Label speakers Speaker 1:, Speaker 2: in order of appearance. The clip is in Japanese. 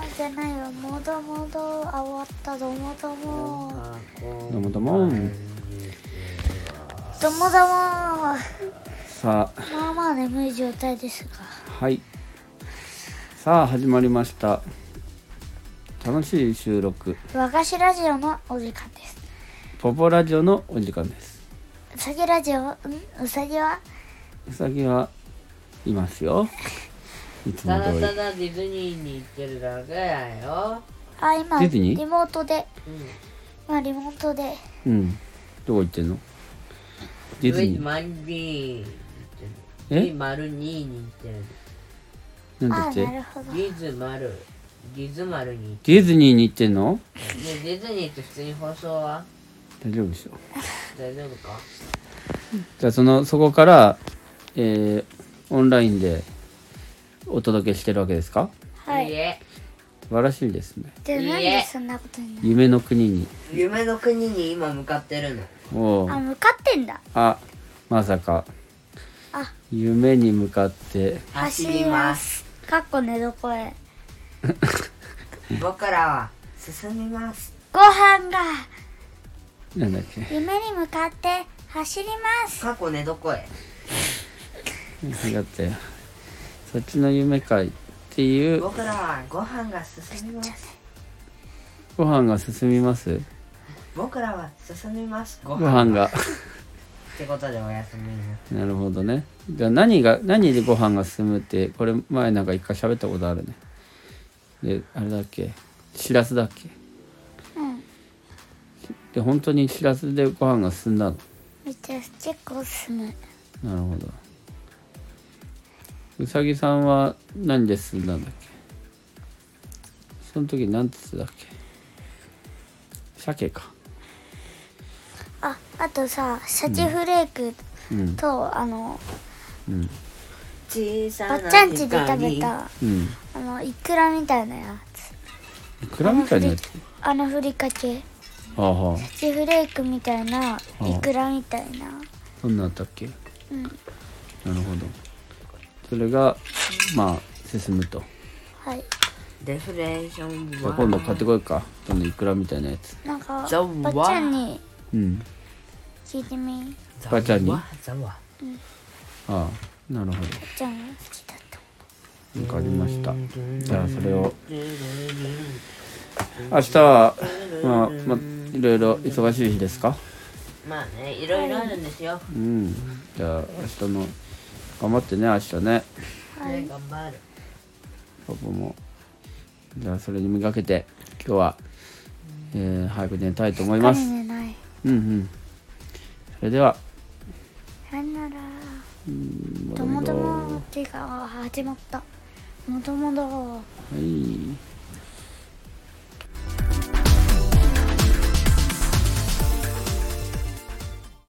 Speaker 1: どもどもどあ終わったどもども
Speaker 2: どうもどうも
Speaker 1: どもどもま
Speaker 2: さあ
Speaker 1: あまあ眠い状態ですが
Speaker 2: はいさあ始まりました楽しい収録
Speaker 1: 和菓子ラジオのお時間です
Speaker 2: ポポラジオのお時間です
Speaker 1: うさぎラジオんうさぎは
Speaker 2: うさぎはいますよいつも
Speaker 3: ただ
Speaker 2: 通
Speaker 3: た
Speaker 2: り
Speaker 3: だディズニーに行ってるだけだよ。
Speaker 1: あ今
Speaker 2: ディズニー
Speaker 1: リモートで
Speaker 3: うん。
Speaker 1: まあリモートで
Speaker 2: うんどこ行ってんのディズニー
Speaker 3: マンディーに行ってる。
Speaker 2: え
Speaker 3: ディマルニーに行ってる。
Speaker 2: なんだ
Speaker 1: あ
Speaker 2: っ
Speaker 1: な
Speaker 2: て
Speaker 1: るほど
Speaker 3: ディズマル。ディズマルに行っ
Speaker 2: ディズニーに行ってんの
Speaker 3: てる。ねディズニーって普通に放送は
Speaker 2: 大丈夫でしょ
Speaker 3: 大丈夫か
Speaker 2: じゃあそのそこから、えー、オンラインでお届けしてるわけですか
Speaker 1: はいい
Speaker 3: え。
Speaker 2: 素晴らしいですね
Speaker 1: で
Speaker 3: いい
Speaker 1: なん
Speaker 3: え
Speaker 1: でそんなことになる
Speaker 2: 夢の国に
Speaker 3: 夢の国に今向かってるの。
Speaker 2: おお
Speaker 1: あ向かってんだ
Speaker 2: あまさか
Speaker 1: あ
Speaker 2: 夢に向かって
Speaker 3: 走ります。
Speaker 1: すかっこ寝床へ
Speaker 3: 僕らは進みます。
Speaker 1: ご飯が
Speaker 2: なんだっけ
Speaker 1: 夢に向かって走ります
Speaker 3: 過去寝床へ。
Speaker 2: だってそっちの夢かいっていう
Speaker 3: 僕らはご飯が進みます。
Speaker 2: ご飯が進みます
Speaker 3: 僕らは進みます。ご
Speaker 2: ご飯が
Speaker 3: ってことでおやすみな。
Speaker 2: なるほどねじゃあ何が何でご飯が進むってこれ前なんか一回喋ったことあるねであれだっけしらすだっけ
Speaker 1: うん
Speaker 2: で本当にしらすでご飯が進んだの
Speaker 1: めっちゃ結構進む
Speaker 2: なるほどうさぎさんは何で進んだんだっけその時何て言ってたっけ鮭か
Speaker 1: ああとさシャチフレーク
Speaker 2: うん
Speaker 1: と、あの
Speaker 2: うん
Speaker 3: 小さ
Speaker 1: ば
Speaker 3: な
Speaker 1: っちゃんちで食べた
Speaker 2: うん
Speaker 1: あのイクラみたいなやつ
Speaker 2: いくらみたいなやつ
Speaker 1: あのふりかけシ
Speaker 2: ああはあ
Speaker 1: ャチフレークみたいな
Speaker 2: あ
Speaker 1: イクラみたいな
Speaker 2: そんなんあったっけな
Speaker 1: うん
Speaker 2: るほどそれがまあ進むと
Speaker 1: はい
Speaker 3: デフレーション
Speaker 2: じゃあ今度買ってこようかそのいくらみたいなやつ
Speaker 1: なんか
Speaker 3: ざわ
Speaker 1: ばっちゃんに
Speaker 2: うん
Speaker 1: 聞いてみばっ
Speaker 2: ばあちゃんに
Speaker 3: ざわざわ
Speaker 2: ああなるほ
Speaker 1: ちゃんが好きだった
Speaker 2: どわかりましたじゃあそれを明日はまあまあいろいろ忙しい日ですか
Speaker 3: まあねいろいろあるんですよ、
Speaker 2: うんじゃあ明日の頑張ってね明日ね
Speaker 3: ね頑張る
Speaker 2: パパもじゃあそれに磨けて今日は、えー早く寝たいと思いま
Speaker 1: しっか
Speaker 2: す
Speaker 1: り寝ない
Speaker 2: うんうんそれでは
Speaker 1: さよなら
Speaker 2: も
Speaker 1: ともども手が始まったもどもど
Speaker 2: はい